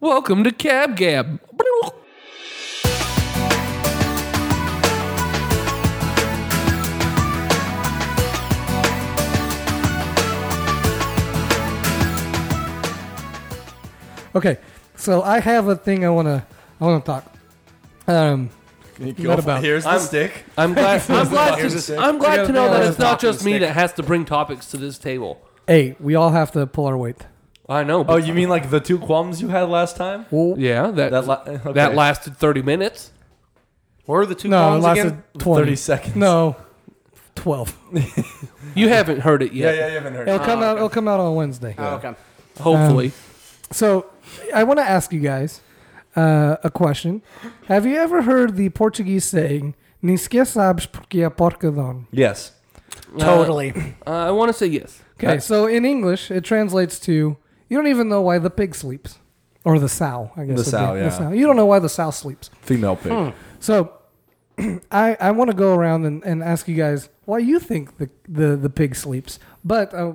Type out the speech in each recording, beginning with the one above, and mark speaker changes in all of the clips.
Speaker 1: Welcome to Cab Gab.
Speaker 2: Okay, so I have a thing I wanna I wanna talk. Um, Not about-
Speaker 3: Here's the
Speaker 1: I'm-
Speaker 3: stick.
Speaker 1: I'm glad. I'm glad.
Speaker 3: Here's the
Speaker 1: To,
Speaker 3: stick.
Speaker 1: I'm glad to know that it's not
Speaker 3: Talking
Speaker 1: just me
Speaker 3: stick.
Speaker 1: that has to bring topics to this table.
Speaker 2: hey, we all have to pull our weight.
Speaker 1: I know.
Speaker 3: Oh,
Speaker 1: But
Speaker 3: you mean like the two qualms you had last time?
Speaker 2: Well,
Speaker 1: yeah, that that,
Speaker 3: That la- okay.
Speaker 1: lasted 30 minutes.
Speaker 3: What are the two
Speaker 2: no, it
Speaker 3: qualms
Speaker 2: lasted
Speaker 3: again?
Speaker 2: twenty
Speaker 3: Thirty seconds.
Speaker 2: No, twelve.
Speaker 1: You haven't heard it
Speaker 3: Yeah,
Speaker 1: yet.
Speaker 3: yeah, you haven't heard.
Speaker 2: It'll
Speaker 3: it.
Speaker 2: come out. It'll come out on Wednesday.
Speaker 4: Oh, okay.
Speaker 1: Hopefully,
Speaker 2: So, I want to ask you guys uh, a question. Have you ever heard the Portuguese saying "Nisque sabes porque é porca don"?
Speaker 3: Yes. Um,
Speaker 4: Totally.
Speaker 1: Uh, I want to say yes.
Speaker 2: Okay, so in English, it translates to "You don't even know why the pig sleeps," or the sow. I guess
Speaker 3: The
Speaker 2: would be.
Speaker 3: sow, yeah.
Speaker 2: You don't know why the sow sleeps.
Speaker 3: Female pig.
Speaker 2: Hmm. So I I want to go around and, and ask you guys why you think the the, the pig sleeps. But uh,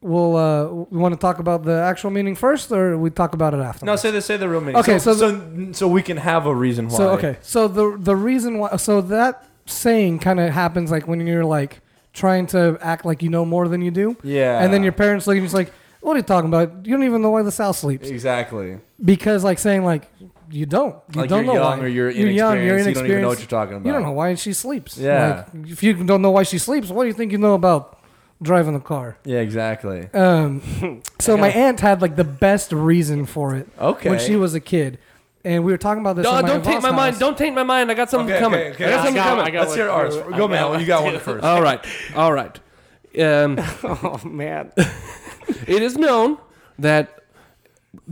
Speaker 2: we'll uh, we want to talk about the actual meaning first, or we talk about it after.
Speaker 3: No, say the say the real meaning.
Speaker 2: Okay,
Speaker 3: so
Speaker 2: so
Speaker 3: so, so we can have a reason why.
Speaker 2: so okay. So the the reason why so that saying kind of happens like when you're like trying to act like you know more than you do,
Speaker 3: Yeah.
Speaker 2: and then your parents look and you're just like, "What are you talking about? You don't even know why the sow sleeps."
Speaker 3: exactly
Speaker 2: Because like saying like you don't you
Speaker 3: like
Speaker 2: don't
Speaker 3: you're
Speaker 2: know
Speaker 3: young
Speaker 2: why
Speaker 3: or you're,
Speaker 2: young you're
Speaker 3: inexperienced. You don't even know
Speaker 2: inexperienced
Speaker 3: what you're talking about.
Speaker 2: You don't know why she sleeps.
Speaker 3: Yeah.
Speaker 2: Like, if you don't know why she sleeps, what do you think you know about driving a car?
Speaker 3: Yeah, exactly.
Speaker 2: Um, so my aunt had like the best reason for it
Speaker 3: Okay.
Speaker 2: when she was a kid, and we were talking about this.
Speaker 1: No,
Speaker 2: in my
Speaker 1: don't take
Speaker 2: Voss
Speaker 1: my
Speaker 2: house.
Speaker 1: mind. Don't take my mind. I got something
Speaker 3: Okay,
Speaker 1: coming.
Speaker 3: okay, okay.
Speaker 1: I got
Speaker 3: I
Speaker 1: something
Speaker 3: got-
Speaker 1: coming.
Speaker 4: I got
Speaker 3: Let's hear
Speaker 4: one.
Speaker 3: ours. Go, Mal. You got one first.
Speaker 1: All right. All right. Um,
Speaker 4: Oh man.
Speaker 1: it is known that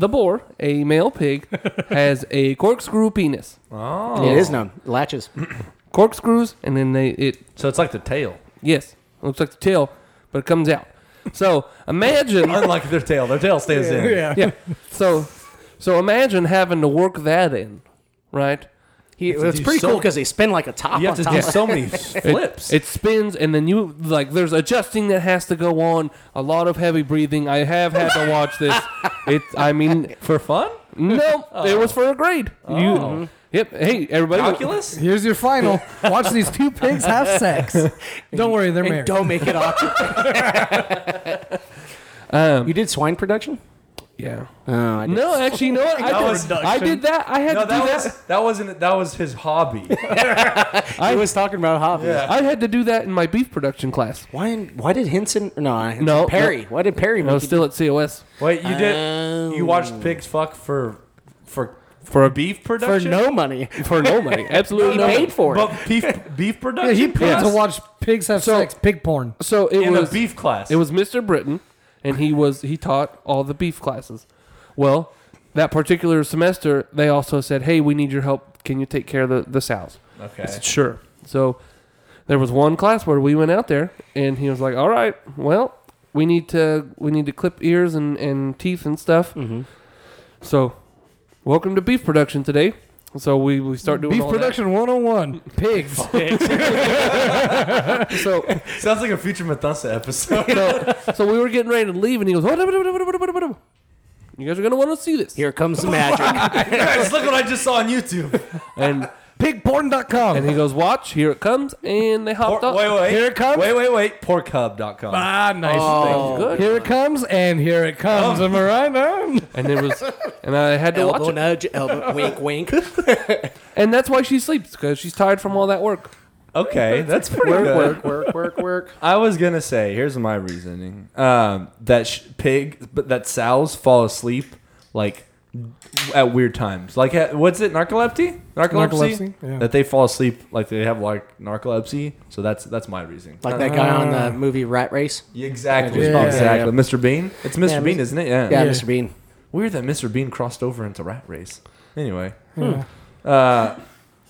Speaker 1: the boar, a male pig, has a corkscrew penis.
Speaker 3: Oh.
Speaker 4: It is known. Latches.
Speaker 1: Corkscrews, and then they it
Speaker 3: So it's like the tail.
Speaker 1: yes looks like the tail, but it comes out. So imagine
Speaker 3: Unlike their tail, their tail stays in.
Speaker 2: Yeah.
Speaker 1: yeah. So so imagine having to work that in, right?
Speaker 4: He, it's
Speaker 3: do
Speaker 4: pretty
Speaker 3: so-
Speaker 4: cool because they spin like a top
Speaker 3: You
Speaker 4: on
Speaker 3: have to
Speaker 4: top.
Speaker 3: do
Speaker 4: of
Speaker 3: so many
Speaker 1: It-
Speaker 3: flips.
Speaker 1: It, spins, and then you like. There's adjusting that has to go on. A lot of heavy breathing. I have had to watch this. It. I mean,
Speaker 3: for fun?
Speaker 1: no, it was for a grade.
Speaker 3: Oh.
Speaker 1: You. Yep. Hey, everybody.
Speaker 3: Calculus?
Speaker 2: Here's your final. Watch these two pigs have sex. Don't worry, they're
Speaker 4: and
Speaker 2: married.
Speaker 4: don't make it awkward.
Speaker 1: Um,
Speaker 4: you did swine production?
Speaker 1: yeah.
Speaker 4: Oh, Um, I did.
Speaker 1: No, actually, you know what? I
Speaker 3: was
Speaker 1: did, I did that. I had
Speaker 3: No,
Speaker 1: to do
Speaker 3: that
Speaker 1: that.
Speaker 3: was that wasn't that was his hobby.
Speaker 4: I was talking about hobbies.
Speaker 1: I had to do that in my beef production class.
Speaker 4: Why? Why did Henson? No, I-
Speaker 1: No,
Speaker 4: Perry. Why did Perry?
Speaker 1: I
Speaker 4: Make
Speaker 1: was
Speaker 4: you
Speaker 1: still at COS.
Speaker 3: Wait, you did you watched
Speaker 4: Oh.
Speaker 3: pigs fuck for for
Speaker 1: For a
Speaker 3: beef
Speaker 4: for
Speaker 3: production?
Speaker 4: no money?
Speaker 1: For no money. Absolutely
Speaker 4: He
Speaker 1: no money.
Speaker 4: paid for it.
Speaker 3: But beef beef
Speaker 2: yeah,
Speaker 3: production.
Speaker 2: he paid
Speaker 3: class?
Speaker 2: to watch pigs have
Speaker 1: So-
Speaker 2: sex. Pig porn.
Speaker 1: So it
Speaker 3: in
Speaker 1: was
Speaker 3: a beef class.
Speaker 1: It was Mr. Britton, and he was he taught all the beef classes. Well, that particular semester, they also said, "Hey, we need your help. Can you take care of the the sows?"
Speaker 3: okay.
Speaker 1: I said, "Sure." So there was one class where we went out there, and he was like, "All right, well, we need to we need to clip ears and and teeth and stuff."
Speaker 4: Mhm.
Speaker 1: So, welcome to beef production today. So we, we start doing
Speaker 2: Beef
Speaker 1: all that.
Speaker 2: production 101. Pigs.
Speaker 1: So
Speaker 3: Sounds like a future Matanza episode.
Speaker 1: so, so we were getting ready to leave, and he goes, "Oh, "What up, what up, what up, what up, what up, what up? "You guys are gonna want to see this."
Speaker 4: Here comes the magic.
Speaker 3: Guys, look what I just saw on YouTube.
Speaker 1: And
Speaker 2: Pigporn.com.
Speaker 1: and he goes, "Watch, here it comes!" And they
Speaker 3: Por-
Speaker 1: hopped up.
Speaker 3: wait, wait.
Speaker 2: Here it comes.
Speaker 3: Wait, wait, wait. Porkhub.com.
Speaker 2: ah, nice.
Speaker 1: Oh, good. Oh.
Speaker 2: Here it comes, and here it comes. Am I right now?
Speaker 1: And it was, and I had to
Speaker 4: elbow
Speaker 1: watch it.
Speaker 4: nudge. Elbow wink, wink.
Speaker 1: And that's why she sleeps because she's tired from all that work.
Speaker 3: Okay, that's pretty good.
Speaker 4: work, work, work, work, work.
Speaker 3: I was gonna say, here's my reasoning: um, that sh- pig, but that sows fall asleep like at weird times. Like at, what's it, narcolepsy? Narcolepsy.
Speaker 2: Narcolepsy, yeah.
Speaker 3: That they fall asleep like they have like narcolepsy. So that's that's my reasoning.
Speaker 4: Like that guy on
Speaker 3: Uh,
Speaker 4: the movie Rat Race.
Speaker 3: Exactly,
Speaker 2: Yeah.
Speaker 3: exactly. Mr. Bean. It's Mr.
Speaker 4: Yeah,
Speaker 3: Bean,
Speaker 4: Mr.
Speaker 3: isn't it? Yeah.
Speaker 4: Yeah,
Speaker 2: Yeah.
Speaker 4: Mr. Bean.
Speaker 3: Weird that Mr. Bean crossed over into Rat Race. Anyway,
Speaker 1: Hmm.
Speaker 3: uh,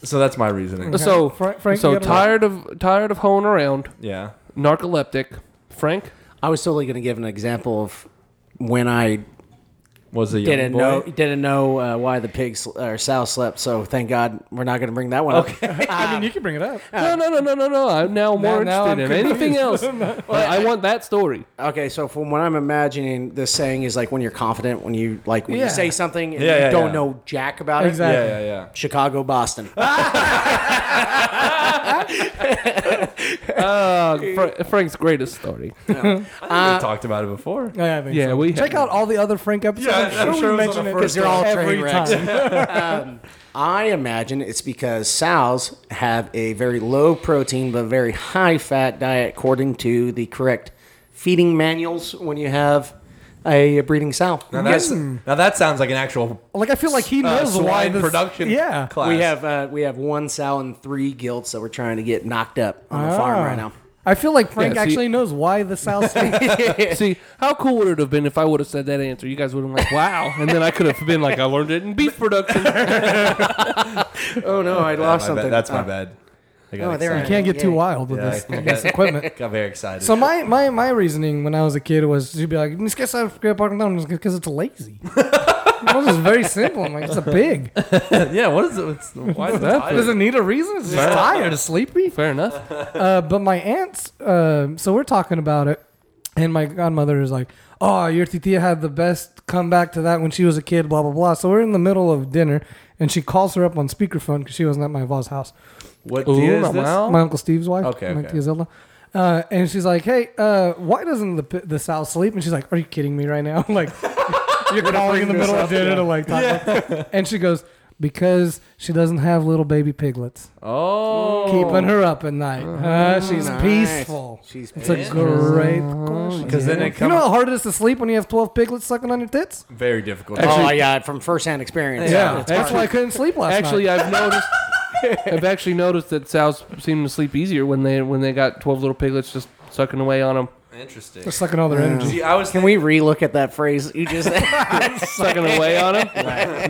Speaker 3: so that's my reasoning.
Speaker 2: Okay.
Speaker 1: So
Speaker 2: Fra- Frank,
Speaker 1: so
Speaker 2: you gotta-
Speaker 1: tired of tired of hoeing around,
Speaker 3: Yeah.
Speaker 1: narcoleptic. Frank,
Speaker 4: I was totally going to give an example of when I
Speaker 3: was a young
Speaker 4: Didn't
Speaker 3: boy.
Speaker 4: know didn't know uh, why the pigs or sow slept. So thank God we're not going to bring that one up.
Speaker 2: I mean, you can bring it up.
Speaker 1: No, no, no, no, no, no. I'm now more
Speaker 2: Ah. now
Speaker 1: interested
Speaker 2: I'm
Speaker 1: in anything else. But I want that story.
Speaker 4: Okay, so from what I'm imagining, this saying is like when you're confident, when you like when
Speaker 2: Yeah.
Speaker 4: you say something and
Speaker 3: Yeah,
Speaker 4: you
Speaker 3: yeah,
Speaker 4: don't
Speaker 3: yeah. Ah!
Speaker 4: know jack about it.
Speaker 2: Exactly.
Speaker 3: Yeah, yeah, yeah.
Speaker 4: Chicago, Boston.
Speaker 1: Uh, Fra- Frank's greatest story.
Speaker 4: Uh,
Speaker 3: we talked about it before.
Speaker 2: Yeah, I think
Speaker 1: Yeah,
Speaker 2: so.
Speaker 1: we
Speaker 2: check
Speaker 1: have-
Speaker 2: out all the other Frank episodes.
Speaker 3: Yeah, I'm
Speaker 2: I'm sure
Speaker 3: sure it
Speaker 2: we
Speaker 3: was
Speaker 2: mention
Speaker 3: on the
Speaker 2: it
Speaker 3: first
Speaker 2: they're all
Speaker 4: episode.
Speaker 2: every
Speaker 4: Train wrecks.
Speaker 2: time.
Speaker 4: I imagine it's because sows have a very low protein but very high fat diet according to the correct feeding manuals when you have a breeding sow.
Speaker 3: Now, that's, now that sounds like an actual
Speaker 2: like I feel like he
Speaker 3: uh,
Speaker 2: knows why
Speaker 3: swine
Speaker 2: this
Speaker 3: production
Speaker 2: Yeah,
Speaker 3: class.
Speaker 4: We have uh, we have one sow and three gilts that we're trying to get knocked up on the farm
Speaker 2: Ah.
Speaker 4: right now.
Speaker 2: I feel like Frank
Speaker 1: Yeah, see-
Speaker 2: actually knows why the South.
Speaker 1: See, how cool would it have been if I would have said that answer? You guys would have been like, wow. And then I could have been like, I learned it in beef production.
Speaker 4: Oh no, I lost
Speaker 3: my bad-
Speaker 4: something.
Speaker 3: That's my
Speaker 2: Oh.
Speaker 4: Uh,
Speaker 3: bad. I
Speaker 4: no,
Speaker 3: got
Speaker 4: they're-
Speaker 3: excited.
Speaker 2: Can't get too
Speaker 4: Yeah.
Speaker 2: wild with
Speaker 3: Yeah,
Speaker 2: this,
Speaker 3: I-
Speaker 2: this equipment.
Speaker 3: Got very excited.
Speaker 2: So my, my my reasoning when I was a kid was to be like, "Just guess I forget parking down because it's lazy." it was just very simple. I'm like, "It's a pig.
Speaker 3: yeah, what is it? It's, why is that?
Speaker 2: Does it need a reason? It's just tired, it's sleepy."
Speaker 1: Fair enough.
Speaker 2: Uh, but my aunts, um so we're talking about it, and my godmother is like, "Oh, your titia had the best comeback to that when she was a kid." Blah blah blah. So we're in the middle of dinner, and she calls her up on speakerphone because she wasn't at my av's house.
Speaker 3: What
Speaker 1: Ooh,
Speaker 3: deal is this?
Speaker 1: wow.
Speaker 2: my uncle Steve's wife.
Speaker 3: Okay,
Speaker 2: my
Speaker 3: okay.
Speaker 2: tia Zelda. Uh, and she's like, "Hey, uh, why doesn't the p- the sow sleep?" And she's like, "Are you kidding me right now? like, you're calling in the middle of dinner to like talk." about- And she goes, "Because she doesn't have little baby piglets,
Speaker 1: Oh.
Speaker 2: keeping her up at night. Uh, she's
Speaker 4: Ah. Nice.
Speaker 2: peaceful.
Speaker 4: She's
Speaker 2: It's a
Speaker 4: peaceful.
Speaker 2: great question.
Speaker 3: Because then it
Speaker 2: You
Speaker 3: comes
Speaker 2: know how hard it is to sleep when you have twelve piglets sucking on your tits?
Speaker 3: very difficult.
Speaker 4: oh yeah, from firsthand experience.
Speaker 3: Yeah.
Speaker 4: It's
Speaker 2: That's
Speaker 4: hard.
Speaker 2: why I couldn't sleep last night.
Speaker 1: Actually, I've noticed. I've actually noticed that sows seem to sleep easier when they when they got twelve little piglets just sucking away on them,
Speaker 3: Oh, Interesting.
Speaker 2: They're sucking all their energy.
Speaker 3: See, I was
Speaker 4: Can we relook at that phrase you just said?
Speaker 1: sucking away on them.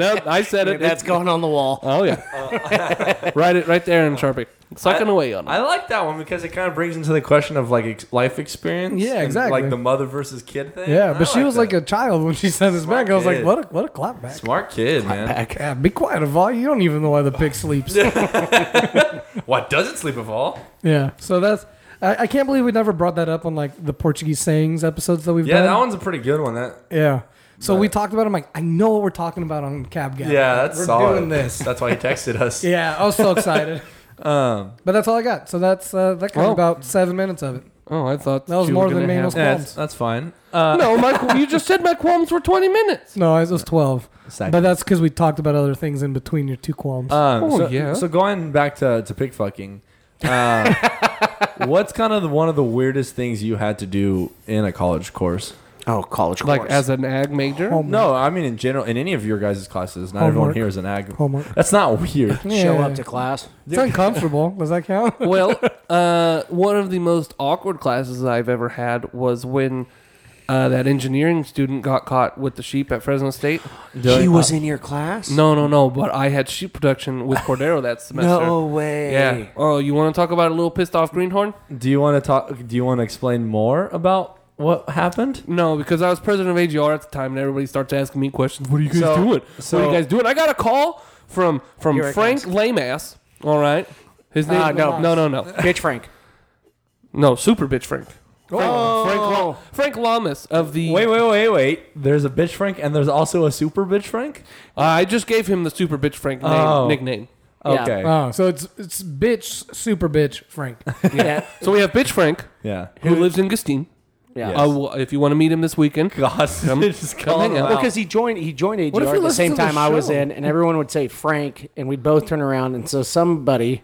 Speaker 1: No, I said it.
Speaker 4: That's going on the wall.
Speaker 1: oh yeah, right it right there in Sharpie, sucking away on them.
Speaker 3: I like that one because it kind of brings into the question of like ex- life experience.
Speaker 2: Yeah,
Speaker 3: and,
Speaker 2: exactly.
Speaker 3: like the mother versus kid thing.
Speaker 2: Yeah,
Speaker 3: I
Speaker 2: but she was
Speaker 3: that.
Speaker 2: like a child when she sent this
Speaker 3: Smart
Speaker 2: back. I was like,
Speaker 3: kid.
Speaker 2: "What a what a clapback."
Speaker 3: smart kid, man.
Speaker 2: Yeah, be quiet, Aval. You don't even know why the pig sleeps.
Speaker 3: What doesn't sleep of all?
Speaker 2: yeah. So that's. I, I can't believe we never brought that up on like the Portuguese sayings episodes that we've
Speaker 3: Yeah,
Speaker 2: done.
Speaker 3: that one's a pretty good one. That
Speaker 2: Yeah. So
Speaker 3: But-
Speaker 2: we talked about. it. I'm like, I know what we're talking about on Cab Guy.
Speaker 3: yeah, that's
Speaker 2: we're
Speaker 3: solid.
Speaker 2: doing this.
Speaker 3: That's why he texted us.
Speaker 2: yeah, I was so excited.
Speaker 3: Um,
Speaker 2: but that's all I got. So that's uh, that covered
Speaker 1: Well-
Speaker 2: about seven minutes of it.
Speaker 1: oh, I thought
Speaker 2: That was
Speaker 1: you
Speaker 2: more
Speaker 1: were
Speaker 2: than
Speaker 1: gonna
Speaker 2: me,
Speaker 1: have-
Speaker 2: no-
Speaker 3: that's, that's fine. Uh,
Speaker 1: No, my, you just said my qualms were twenty minutes.
Speaker 2: No, it was twelve.
Speaker 3: Second.
Speaker 2: But that's because we talked about other things in between your two qualms.
Speaker 3: Um,
Speaker 1: Oh,
Speaker 3: so,
Speaker 1: yeah.
Speaker 3: So going back to, to pig fucking, uh, what's kind of the, one of the weirdest things you had to do in a college course?
Speaker 4: Oh, college course.
Speaker 1: Like as an ag major,
Speaker 2: Homework.
Speaker 3: No, I mean in general, in any of your guys' classes. Not everyone
Speaker 2: Homework.
Speaker 3: here is an ag.
Speaker 2: Homework.
Speaker 3: That's not weird.
Speaker 4: show
Speaker 2: Yeah.
Speaker 4: up to class.
Speaker 2: It's uncomfortable. Does that count?
Speaker 1: well, uh, one of the most awkward classes I've ever had was when uh, that engineering student got caught with the sheep at Fresno State.
Speaker 4: He was in your class?
Speaker 1: No, no, no. But I had sheep production with Cordero that semester.
Speaker 4: No way.
Speaker 1: Yeah. Oh, you want to talk about a little pissed off greenhorn?
Speaker 3: Do you want to talk? Do you want to explain more about what happened?
Speaker 1: No, because I was president of AGR at the time, and everybody starts asking me questions. What are you guys
Speaker 3: So-
Speaker 1: doing?
Speaker 3: so-
Speaker 1: what are you guys doing? I got a call from from
Speaker 4: Here it
Speaker 1: Frank
Speaker 4: comes.
Speaker 1: Lamass. All right. His name?
Speaker 4: Ah, no.
Speaker 1: no, no, no,
Speaker 4: Bitch Frank.
Speaker 1: no. Super bitch Frank.
Speaker 3: Oh.
Speaker 1: Frank, La- Frank Lamas of the.
Speaker 3: Wait, wait, wait, wait. There's a bitch Frank, and there's also a super bitch Frank.
Speaker 1: Uh, I just gave him the super bitch Frank name,
Speaker 3: Oh.
Speaker 1: nickname.
Speaker 4: Yeah.
Speaker 3: Okay.
Speaker 1: Uh,
Speaker 3: Yeah.
Speaker 2: Oh, so it's it's bitch, super bitch, Frank.
Speaker 4: Yeah.
Speaker 1: So we have bitch Frank who lives in Gastine.
Speaker 4: Yeah.
Speaker 3: Yes.
Speaker 1: Uh, well, if you want to meet him this weekend,
Speaker 3: God,
Speaker 1: Come-
Speaker 3: just
Speaker 1: come
Speaker 3: calling
Speaker 1: hang
Speaker 3: him
Speaker 1: out.
Speaker 4: Well,
Speaker 3: out.
Speaker 4: because he joined, he joined
Speaker 1: What if
Speaker 4: AGR
Speaker 1: he
Speaker 4: at the
Speaker 1: listens
Speaker 4: same
Speaker 1: to the
Speaker 4: time I was
Speaker 1: show?
Speaker 4: in, and everyone would say Frank, and we'd both turn around, and so somebody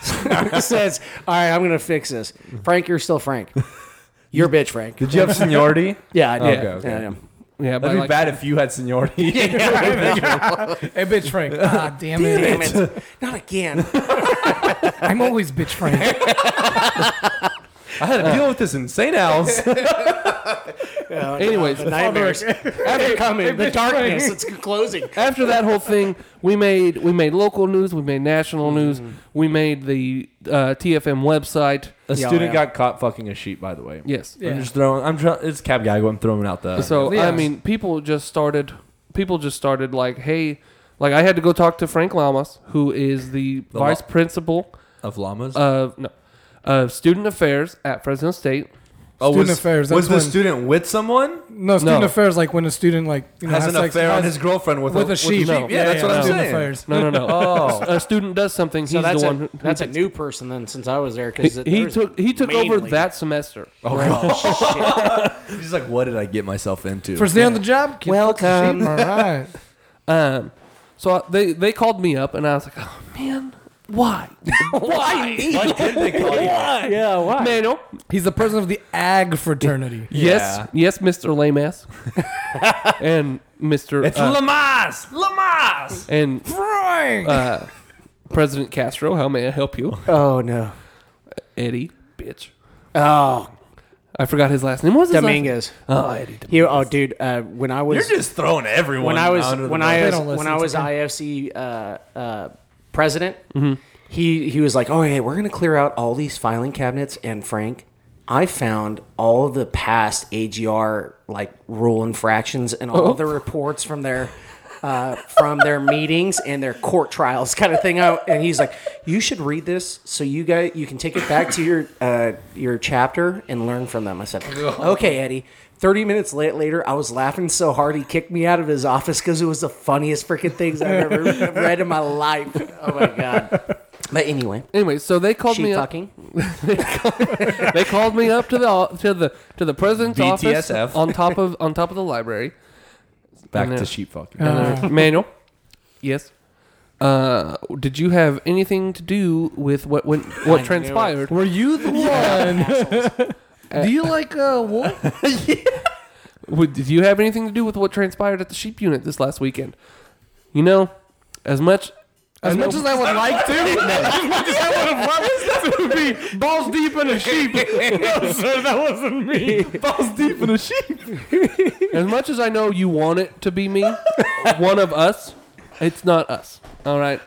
Speaker 4: says, "All right, I'm gonna fix this. Frank, you're still Frank. You're bitch, Frank.
Speaker 3: Did you have seniority?
Speaker 4: Yeah, I did.
Speaker 3: Okay, okay.
Speaker 4: Yeah, yeah.
Speaker 1: yeah, but
Speaker 3: That'd be
Speaker 1: like,
Speaker 3: bad if you had seniority.
Speaker 2: hey, bitch, Frank. Ah, damn it.
Speaker 4: Damn it. Not again.
Speaker 2: I'm always bitch, Frank.
Speaker 3: I had to deal with this in St. Al's.
Speaker 1: Anyways,
Speaker 4: the nightmares They're coming. The darkness. It's closing.
Speaker 1: after that whole thing, we made we made local news, we made national news, we made the uh, TFM website.
Speaker 3: A
Speaker 4: Yeah,
Speaker 3: student
Speaker 4: yeah.
Speaker 3: got caught fucking a sheep, by the way.
Speaker 1: Yes.
Speaker 2: Yeah.
Speaker 3: I'm just throwing. I'm tr- it's cab gag. I'm throwing out the.
Speaker 1: So
Speaker 2: Yeah.
Speaker 1: I mean, people just started people just started like, hey, like I had to go talk to Frank Lamas, who is the,
Speaker 3: The
Speaker 1: vice
Speaker 3: lo-
Speaker 1: principal
Speaker 3: of llamas.
Speaker 2: uh,
Speaker 1: of no, of student affairs at Fresno State.
Speaker 3: oh,
Speaker 2: student
Speaker 3: was,
Speaker 2: affairs,
Speaker 3: Was the
Speaker 2: that's when-
Speaker 3: student with someone?
Speaker 2: No, student
Speaker 1: No.
Speaker 2: affairs like when a student like you know,
Speaker 3: has an
Speaker 2: sex-
Speaker 3: affair on
Speaker 2: has-
Speaker 3: his girlfriend with,
Speaker 2: with a sheep.
Speaker 1: No.
Speaker 3: Yeah, that's what I'm
Speaker 2: student
Speaker 3: saying.
Speaker 2: affairs.
Speaker 1: No, no, no.
Speaker 3: Oh.
Speaker 1: a student does something.
Speaker 4: So
Speaker 1: he's
Speaker 4: that's
Speaker 1: the
Speaker 4: a,
Speaker 1: one. Who,
Speaker 4: that's a new person then since I was there
Speaker 1: he,
Speaker 4: because
Speaker 1: he took he took over that semester.
Speaker 3: Oh,
Speaker 4: that.
Speaker 3: He's like, what did I get myself into?
Speaker 2: First day on the job. kid fucks a sheep.
Speaker 4: Welcome.
Speaker 2: All right.
Speaker 1: Um, so I- they they called me up and I was like, oh man, why?
Speaker 4: Why?
Speaker 3: Why did they call you?
Speaker 4: Yeah, why?
Speaker 1: Man, oh,
Speaker 2: He's the president of the Ag fraternity.
Speaker 3: Yeah.
Speaker 1: Yes, yes, Mr. Lame ass. and Mr.
Speaker 3: It's
Speaker 1: uh,
Speaker 3: Lamas! Lamas!
Speaker 2: Uh,
Speaker 1: and
Speaker 2: Frank.
Speaker 1: uh, President Castro, how may I help you?
Speaker 4: Oh no.
Speaker 1: Eddie, bitch.
Speaker 4: Oh,
Speaker 1: I forgot his last name. What was his last-
Speaker 4: Dominguez.
Speaker 1: Oh, Eddie.
Speaker 4: You, oh, dude. Uh, when I was
Speaker 3: You're just throwing everyone.
Speaker 4: when I was
Speaker 3: under the
Speaker 4: when
Speaker 3: bus.
Speaker 4: I
Speaker 2: don't listen
Speaker 4: was when I
Speaker 2: to
Speaker 4: was
Speaker 2: me.
Speaker 4: IFC uh, uh, president,
Speaker 3: Mm-hmm.
Speaker 4: he he was like, "Oh, hey, we're gonna clear out all these filing cabinets." And Frank, I found all of the past AGR like rule infractions and
Speaker 3: Oh.
Speaker 4: all the reports from their. Uh, from their meetings and their court trials, kind of thing. Out, and he's like, "You should read this, so you guys you can take it back to your uh, your chapter and learn from them." I said, "Okay, Eddie." 30 minutes late later, I was laughing so hard he kicked me out of his office because it was the funniest freaking things I've ever read in my life. Oh my god! But anyway,
Speaker 1: Anyway, so they called
Speaker 4: she
Speaker 1: me
Speaker 4: fucking.
Speaker 1: up. They called me up to the to the to the president's office
Speaker 3: BTSF.
Speaker 1: on top of on top of the library.
Speaker 3: back
Speaker 1: when I-
Speaker 3: to sheep fucking.
Speaker 2: Uh,
Speaker 1: And they're, Manuel, yes. Uh, did you have anything to do with what went what transpired?
Speaker 2: Were you the one? Do you like uh, wool?
Speaker 1: Would- Did you have anything to do with what transpired at the sheep unit this last weekend? You know, as much
Speaker 2: As
Speaker 1: know-
Speaker 2: much as I would like to, as much as I would have loved to be balls deep in a sheep. no, sir, that wasn't me. Balls deep in a sheep.
Speaker 1: As much as I know you want it to be me, one of us, it's not us. All right.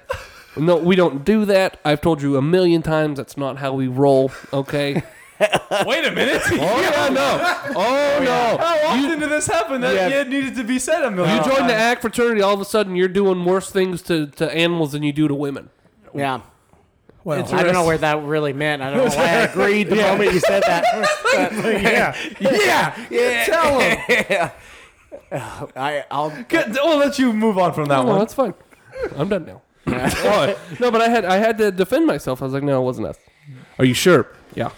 Speaker 1: No, we don't do that. I've told you a million times that's not how we roll, okay?
Speaker 3: Wait a minute.
Speaker 1: Oh yeah, no. Oh no.
Speaker 3: How often did this happen? That
Speaker 1: Yeah.
Speaker 3: yeah, it needed to be said a million
Speaker 1: You join the
Speaker 3: times.
Speaker 1: ag fraternity, all of a sudden you're doing worse things to, to animals than you do to women.
Speaker 4: Yeah,
Speaker 2: Well,
Speaker 4: I don't know where that really meant. I don't know why I agreed the moment you said that.
Speaker 2: yeah, yeah, yeah. Tell him.
Speaker 4: I, I'll
Speaker 3: Good, We'll let you move on from that
Speaker 1: No,
Speaker 3: one.
Speaker 1: Oh, that's fine. I'm done now. Oh, no, but I had I had to defend myself. I was like, no, it wasn't us. Are you sure? Yeah.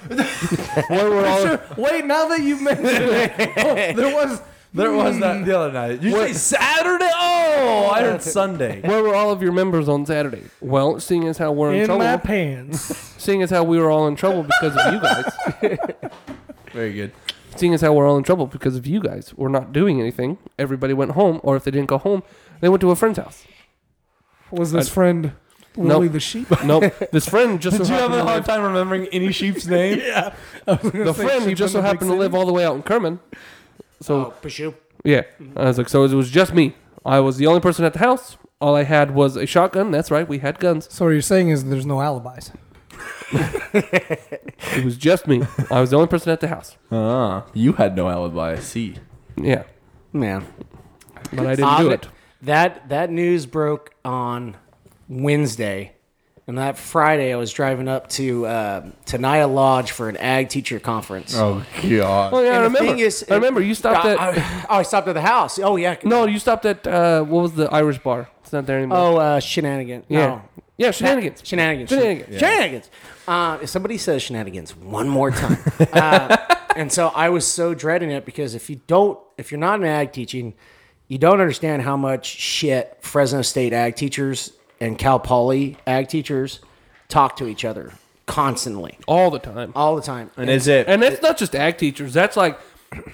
Speaker 1: Well, we're all-
Speaker 2: Wait, now that you mentioned it, oh, there was
Speaker 3: There was that the other night. You say Saturday? Oh, I heard Sunday.
Speaker 1: Where were all of your members on Saturday? Well, seeing as how we're in,
Speaker 2: in
Speaker 1: trouble,
Speaker 2: my pants.
Speaker 1: seeing as how we were all in trouble because of you guys,
Speaker 3: Very good.
Speaker 1: seeing as how we're all in trouble because of you guys, we're not doing anything. Everybody went home, or if they didn't go home, they went to a friend's house.
Speaker 2: Was this friend
Speaker 1: Nope.
Speaker 2: Willie the sheep?
Speaker 1: Nope, this friend just so
Speaker 3: Did you have
Speaker 1: happened
Speaker 3: a
Speaker 1: to
Speaker 3: hard
Speaker 1: live,
Speaker 3: time remembering any sheep's name?
Speaker 1: the friend who
Speaker 2: sheep
Speaker 1: just
Speaker 2: in
Speaker 1: so
Speaker 2: the big
Speaker 1: happened to
Speaker 2: city?
Speaker 1: live all the way out in Kerman. So
Speaker 4: oh, push you.
Speaker 1: Yeah. I was like, so it was just me. I was the only person at the house. All I had was a shotgun. That's right. We had guns.
Speaker 2: So what you're saying is there's no alibis.
Speaker 1: It was just me. I was the only person at the house.
Speaker 3: Ah, you had no alibi. I see.
Speaker 1: Yeah.
Speaker 4: Yeah.
Speaker 1: But I didn't do
Speaker 4: Odd-
Speaker 1: it.
Speaker 4: That that news broke on Wednesday, and that Friday I was driving up to uh, to Naya Lodge for an ag teacher conference.
Speaker 3: Oh God.
Speaker 1: Oh, yeah. I
Speaker 4: And
Speaker 1: remember.
Speaker 4: the thing is-
Speaker 1: I remember you stopped
Speaker 4: I,
Speaker 1: at.
Speaker 4: I, oh, I stopped at the house. Oh yeah.
Speaker 1: no, you stopped at. Uh, what was the Irish bar? It's not there anymore.
Speaker 4: Oh, uh, shenanigan.
Speaker 1: yeah.
Speaker 4: Oh.
Speaker 1: Yeah, shenanigans.
Speaker 4: Shenanigans.
Speaker 1: Shenanigans.
Speaker 4: Shen- Shenanigans. Uh, if somebody says shenanigans one more time, uh, and so I was so dreading it because if you don't, if you're not an ag teaching, you don't understand how much shit Fresno State ag teachers and Cal Poly ag teachers talk to each other constantly,
Speaker 1: All the time.
Speaker 4: all the time.
Speaker 3: And is it?
Speaker 1: And that's not just ag teachers. That's like,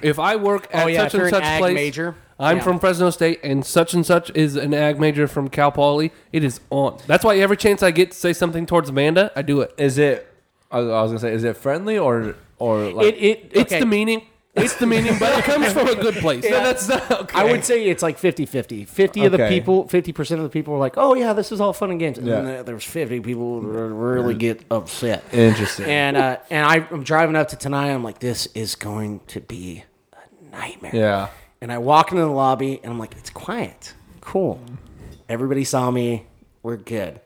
Speaker 1: if I work at
Speaker 4: Oh, yeah,
Speaker 1: such
Speaker 4: if you're
Speaker 1: and
Speaker 4: an
Speaker 1: such
Speaker 4: ag
Speaker 1: place,
Speaker 4: major.
Speaker 1: I'm
Speaker 4: Yeah.
Speaker 1: from Fresno State, and such and such is an ag major from Cal Poly. It is on. That's why every chance I get to say something towards Amanda, I do it.
Speaker 3: Is it? I was I was gonna say, is it friendly or or like?
Speaker 4: it it
Speaker 1: It's
Speaker 4: okay.
Speaker 1: the meaning. It's the meaning, but it comes from a good place.
Speaker 3: No, that's not okay.
Speaker 4: I would say it's like 50 50. 50 of the
Speaker 3: Okay.
Speaker 4: people, 50% of the people were like, oh, yeah, this is all fun and games. And then
Speaker 3: Yeah.
Speaker 4: there- there's 50 people that really get upset.
Speaker 3: Interesting.
Speaker 4: and uh, and I, I'm driving up to Tenaya. I'm like, this is going to be a nightmare.
Speaker 3: yeah.
Speaker 4: And I walk into the lobby and I'm like, it's quiet. Cool. Everybody saw me. We're good.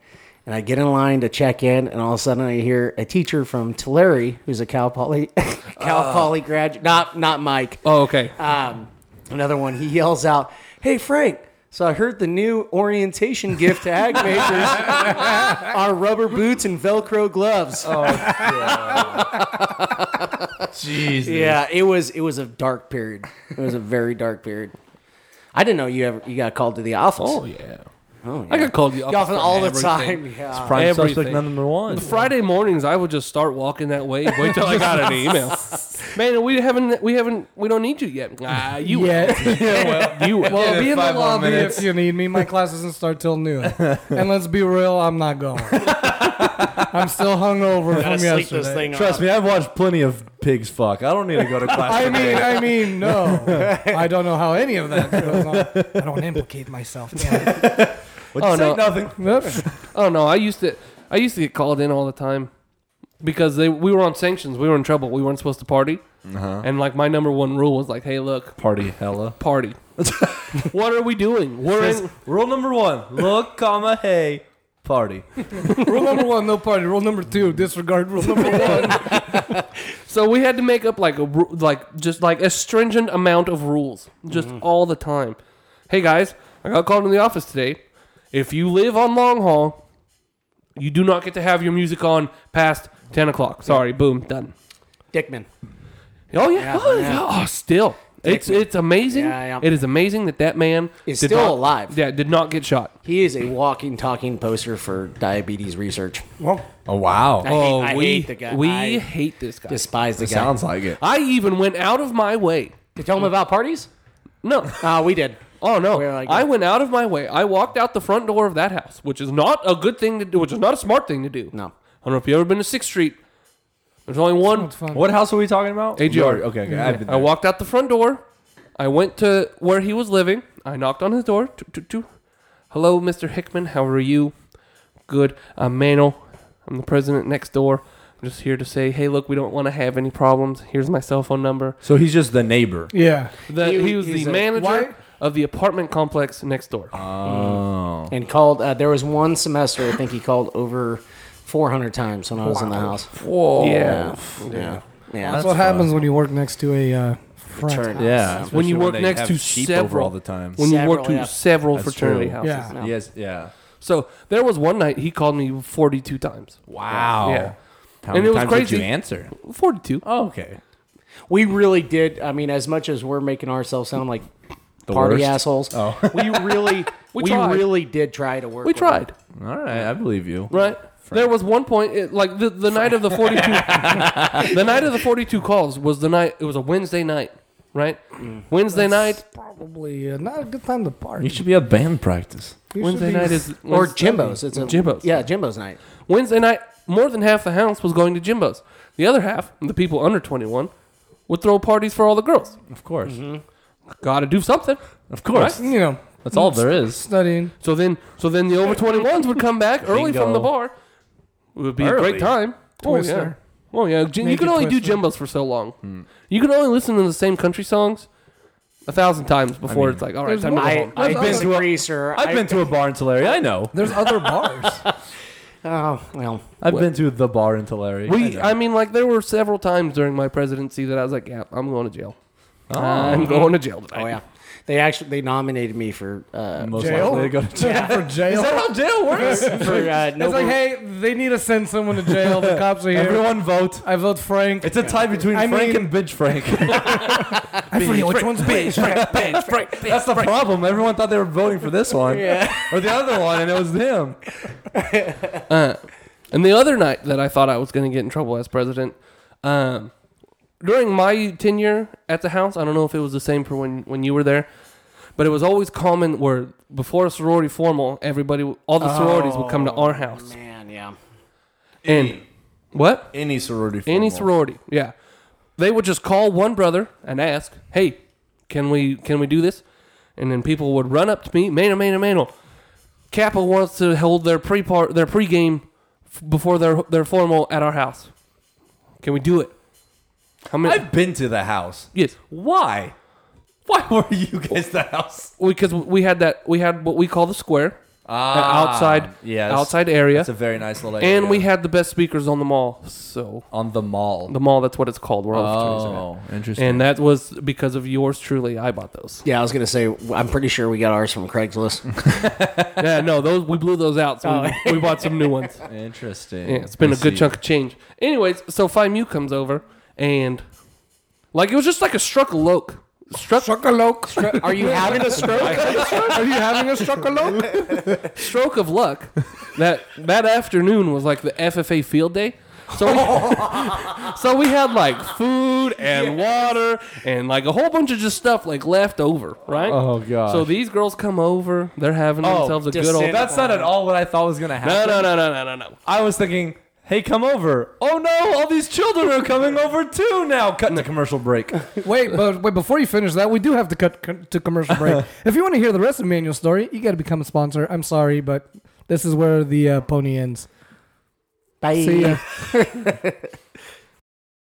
Speaker 4: And I get in line to check in, and all of a sudden I hear a teacher from Tulare, who's a Cal Poly, Cal
Speaker 3: Oh.
Speaker 4: Poly graduate, not not Mike,
Speaker 1: Oh, okay.
Speaker 4: um, another one, he yells out, Hey, Frank, so I heard the new orientation gift to ag majors are rubber boots and Velcro gloves.
Speaker 1: Oh,
Speaker 3: Jesus.
Speaker 4: yeah, it was it was a dark period. It was a very dark period. I didn't know you ever you got called to the office.
Speaker 1: oh yeah.
Speaker 4: Oh,
Speaker 1: I got called the
Speaker 4: The office
Speaker 1: office
Speaker 4: all
Speaker 1: for
Speaker 4: the
Speaker 1: everything.
Speaker 4: time. Yeah.
Speaker 3: Prime suspect
Speaker 1: Everything.
Speaker 3: number one.
Speaker 1: Friday mornings, I would just start walking that way. Wait till I got an email. Man, we haven't, we haven't, we don't need you yet. Ah, you will.
Speaker 2: Yeah.
Speaker 1: well, you will.
Speaker 2: Well, be in the
Speaker 3: Five more
Speaker 2: lobby
Speaker 3: minutes.
Speaker 2: if you need me. My class doesn't start till noon. and let's be real, I'm not going. I'm still hungover from yesterday.
Speaker 3: Trust me, I've watched plenty of pigs fuck. I don't need to go to class.
Speaker 2: I
Speaker 3: every
Speaker 2: mean,
Speaker 3: day.
Speaker 2: I mean, no. I don't know how any of that goes on. I don't implicate myself. damn it.
Speaker 3: Would you
Speaker 1: oh,
Speaker 3: say
Speaker 1: no.
Speaker 3: nothing?
Speaker 2: Nope.
Speaker 1: Oh no, I used to I used to get called in all the time because they we were on sanctions, we were in trouble, we weren't supposed to party. And like my number one rule was like, hey, look,
Speaker 3: Party hella.
Speaker 1: party. what are we doing? We're in.
Speaker 3: Rule number one: look, comma, hey, party.
Speaker 2: Rule number one, no party. Rule number two, disregard rule number one.
Speaker 1: So we had to make up like a ru- like just like a stringent amount of rules just
Speaker 4: Mm-hmm.
Speaker 1: all the time. Hey guys, I got called in the office today. If you live on long haul, you do not get to have your music on past ten o'clock. Sorry, boom, done.
Speaker 4: Dickman.
Speaker 1: Oh yeah,
Speaker 4: Yeah,
Speaker 1: oh,
Speaker 4: yeah.
Speaker 1: yeah. Oh, still, it's
Speaker 4: Dickman.
Speaker 1: it's amazing.
Speaker 4: Yeah, yeah.
Speaker 1: It is amazing that that man
Speaker 4: Is
Speaker 1: did
Speaker 4: still
Speaker 1: not-
Speaker 4: alive.
Speaker 1: Yeah, did not get shot.
Speaker 4: He is a walking, talking poster for diabetes research.
Speaker 2: Well,
Speaker 3: Oh wow,
Speaker 4: I hate- I hate
Speaker 1: we
Speaker 4: the guy.
Speaker 1: we
Speaker 4: I
Speaker 1: hate this guy.
Speaker 4: Despise the guy.
Speaker 3: sounds like it.
Speaker 1: I even went out of my way.
Speaker 4: Did you tell him about parties?
Speaker 1: No,
Speaker 4: Uh, we did.
Speaker 1: oh no,
Speaker 4: We're like-
Speaker 1: I went out of my way. I walked out the front door of that house, which is not a good thing to do. Which is not a smart thing to do.
Speaker 4: No.
Speaker 1: I don't know if you have ever been to Sixth Street. There's only one.
Speaker 2: it's fun.
Speaker 3: What house are we talking about?
Speaker 1: AGR.
Speaker 3: You already- Okay, okay. I've been
Speaker 1: I
Speaker 3: there.
Speaker 1: walked out the front door. I went to where he was living. I knocked on his door. Toot, toot, toot. Hello, Mr. Hickman. How are you? Good. I'm Mano. I'm the president next door. I'm just here to say, hey, look, we don't want to have any problems. Here's my cell phone number.
Speaker 3: so he's just the neighbor.
Speaker 2: Yeah.
Speaker 1: The, he,
Speaker 4: He-
Speaker 1: was the
Speaker 4: he's a-
Speaker 1: manager
Speaker 2: Why-
Speaker 1: of the apartment complex next door.
Speaker 3: Oh,
Speaker 4: and called. Uh, there was one semester I think he called over 400 times when I was in the house.
Speaker 1: Whoa. Yeah.
Speaker 4: Yeah,
Speaker 2: That's,
Speaker 4: yeah.
Speaker 3: That's
Speaker 2: what happens
Speaker 3: fun.
Speaker 2: when you work next to a uh, front.
Speaker 4: Fraternity.
Speaker 3: yeah.
Speaker 1: When you
Speaker 3: especially
Speaker 1: work
Speaker 3: they
Speaker 1: next
Speaker 3: have
Speaker 1: to
Speaker 3: sheep
Speaker 1: several
Speaker 3: over all the time.
Speaker 1: When you work
Speaker 4: Several,
Speaker 1: to
Speaker 4: yeah.
Speaker 1: several
Speaker 3: That's
Speaker 1: fraternity
Speaker 3: true.
Speaker 1: houses.
Speaker 2: Yeah.
Speaker 4: No.
Speaker 3: Yes, yeah.
Speaker 1: So there was one night he called me 42 times.
Speaker 3: Wow.
Speaker 1: Yeah.
Speaker 3: How
Speaker 1: And
Speaker 3: many
Speaker 1: it was
Speaker 3: times
Speaker 1: crazy.
Speaker 3: did you answer?
Speaker 1: 42.
Speaker 3: Oh, okay.
Speaker 4: We really did. I mean, as much as we're making ourselves sound like party
Speaker 3: worst.
Speaker 4: assholes,
Speaker 3: Oh.
Speaker 4: we really,
Speaker 1: We
Speaker 4: we,
Speaker 1: tried.
Speaker 4: really did try to work.
Speaker 1: We
Speaker 4: with him.
Speaker 1: tried.
Speaker 3: All right, I believe you.
Speaker 1: right? There was one point, it, like the, the night of the forty-two, the night of the forty-two calls was the night. It was a Wednesday night, right?
Speaker 3: Mm.
Speaker 1: Wednesday night.
Speaker 2: Probably uh, not a good time to party.
Speaker 3: You should be at band practice.
Speaker 2: You should
Speaker 1: Wednesday
Speaker 2: be-
Speaker 1: night is
Speaker 4: Or
Speaker 1: Wednesday-
Speaker 4: Jimbo's. It's a
Speaker 1: Jimbo's.
Speaker 4: Yeah, Jimbo's night.
Speaker 1: Wednesday night. More than half the house was going to Jimbo's. The other half, the people under twenty-one, would throw parties for all the girls.
Speaker 3: Of course.
Speaker 1: Got to do something.
Speaker 3: Of course.
Speaker 2: You know,
Speaker 3: That's all there is.
Speaker 2: studying.
Speaker 1: So then, so then the over twenty-ones would come back early from the
Speaker 3: Bingo.
Speaker 1: bar. It would be a
Speaker 3: Early.
Speaker 1: great time. Oh yeah.
Speaker 2: Twister.
Speaker 1: Oh yeah, Jim- you
Speaker 2: Naked
Speaker 1: can only do
Speaker 2: Twister.
Speaker 1: Jimbo's for so long. You can only listen to the same country songs a thousand times before it's like, all right,
Speaker 2: there's
Speaker 1: time to
Speaker 2: more-
Speaker 1: go
Speaker 4: I,
Speaker 1: home.
Speaker 2: I-
Speaker 4: I
Speaker 2: I've been
Speaker 4: disagree, sir.
Speaker 3: I've
Speaker 4: I-
Speaker 3: been to a bar in Tulare. I know.
Speaker 2: There's other bars.
Speaker 4: Oh well.
Speaker 3: I've been to the bar in Tulare.
Speaker 1: We,
Speaker 3: know.
Speaker 1: I mean, like there were several times during my presidency that I was like, yeah, I'm going to jail. I'm going to jail tonight.
Speaker 4: Oh yeah. They actually they nominated me for uh,
Speaker 3: most
Speaker 2: jail?
Speaker 3: likely to go to jail.
Speaker 2: for jail.
Speaker 3: how jail works?
Speaker 4: for uh,
Speaker 2: It's
Speaker 4: Nobel.
Speaker 2: like, hey, they need to send someone to jail. The cops are here.
Speaker 3: Everyone vote.
Speaker 2: I vote Frank.
Speaker 3: It's a tie between
Speaker 2: I
Speaker 3: Frank
Speaker 2: mean-
Speaker 3: and Bitch Frank.
Speaker 2: I forget which one's bitch.
Speaker 3: That's the problem. Everyone thought they were voting for this one or the other one, and it was him.
Speaker 1: And the other night that I thought I was going to get in trouble as president, um, during my tenure at the house, I don't know if it was the same for when, when you were there, but it was always common where before a sorority formal, everybody, all the sororities would come to our house.
Speaker 4: man, yeah.
Speaker 1: And what?
Speaker 3: Any sorority.
Speaker 1: Any sorority, yeah. They would just call one brother and ask, "Hey, can we can we do this?" And then people would run up to me, oh, "Mano, mano, mano." Kappa wants to hold their pre part their pregame f- before their their formal at our house. Can we do it? How many?
Speaker 3: I've been to the house.
Speaker 1: yes.
Speaker 3: Why? Why were you guys the house?
Speaker 1: because we had that we had what we call the square an Uh,
Speaker 3: Ah,
Speaker 1: outside
Speaker 3: yes.
Speaker 1: outside area
Speaker 3: It's a very nice little area.
Speaker 1: and we had the best speakers on the mall so
Speaker 3: on the mall.
Speaker 1: the mall that's what it's called we're
Speaker 3: oh,
Speaker 1: on
Speaker 3: interesting.
Speaker 1: and that was because of yours truly i bought those
Speaker 4: Yeah, I was gonna say I'm pretty sure we got ours from Craigslist.
Speaker 1: yeah no those we blew those out so we, we bought some new ones
Speaker 3: interesting.
Speaker 1: yeah, it's been
Speaker 3: I
Speaker 1: a good
Speaker 3: see.
Speaker 1: chunk of change anyways so Phi Mu comes over and like it was just like a struck loke struck
Speaker 2: Struckaloke.
Speaker 4: Are you having a stroke?
Speaker 2: Are you having a struckaloke?
Speaker 1: stroke of luck that that afternoon was like the FFA field day. So we, so we had like food and water and like a whole bunch of just stuff like left over, right?
Speaker 3: Oh, gosh.
Speaker 1: So these girls come over, they're having
Speaker 3: Oh,
Speaker 1: themselves a good old.
Speaker 3: That's not at all what I thought was gonna
Speaker 1: no,
Speaker 3: happen.
Speaker 1: no, no, no, no, no, no.
Speaker 3: I was thinking, hey, come over. Oh no, all these children are coming over too now. Cutting the commercial break.
Speaker 2: wait, but wait, before you finish that, we do have to cut co- to commercial break. if you want to hear the rest of Manuel's story, you got to become a sponsor. I'm sorry, but this is where the uh, pony ends.
Speaker 4: Bye.
Speaker 2: See ya.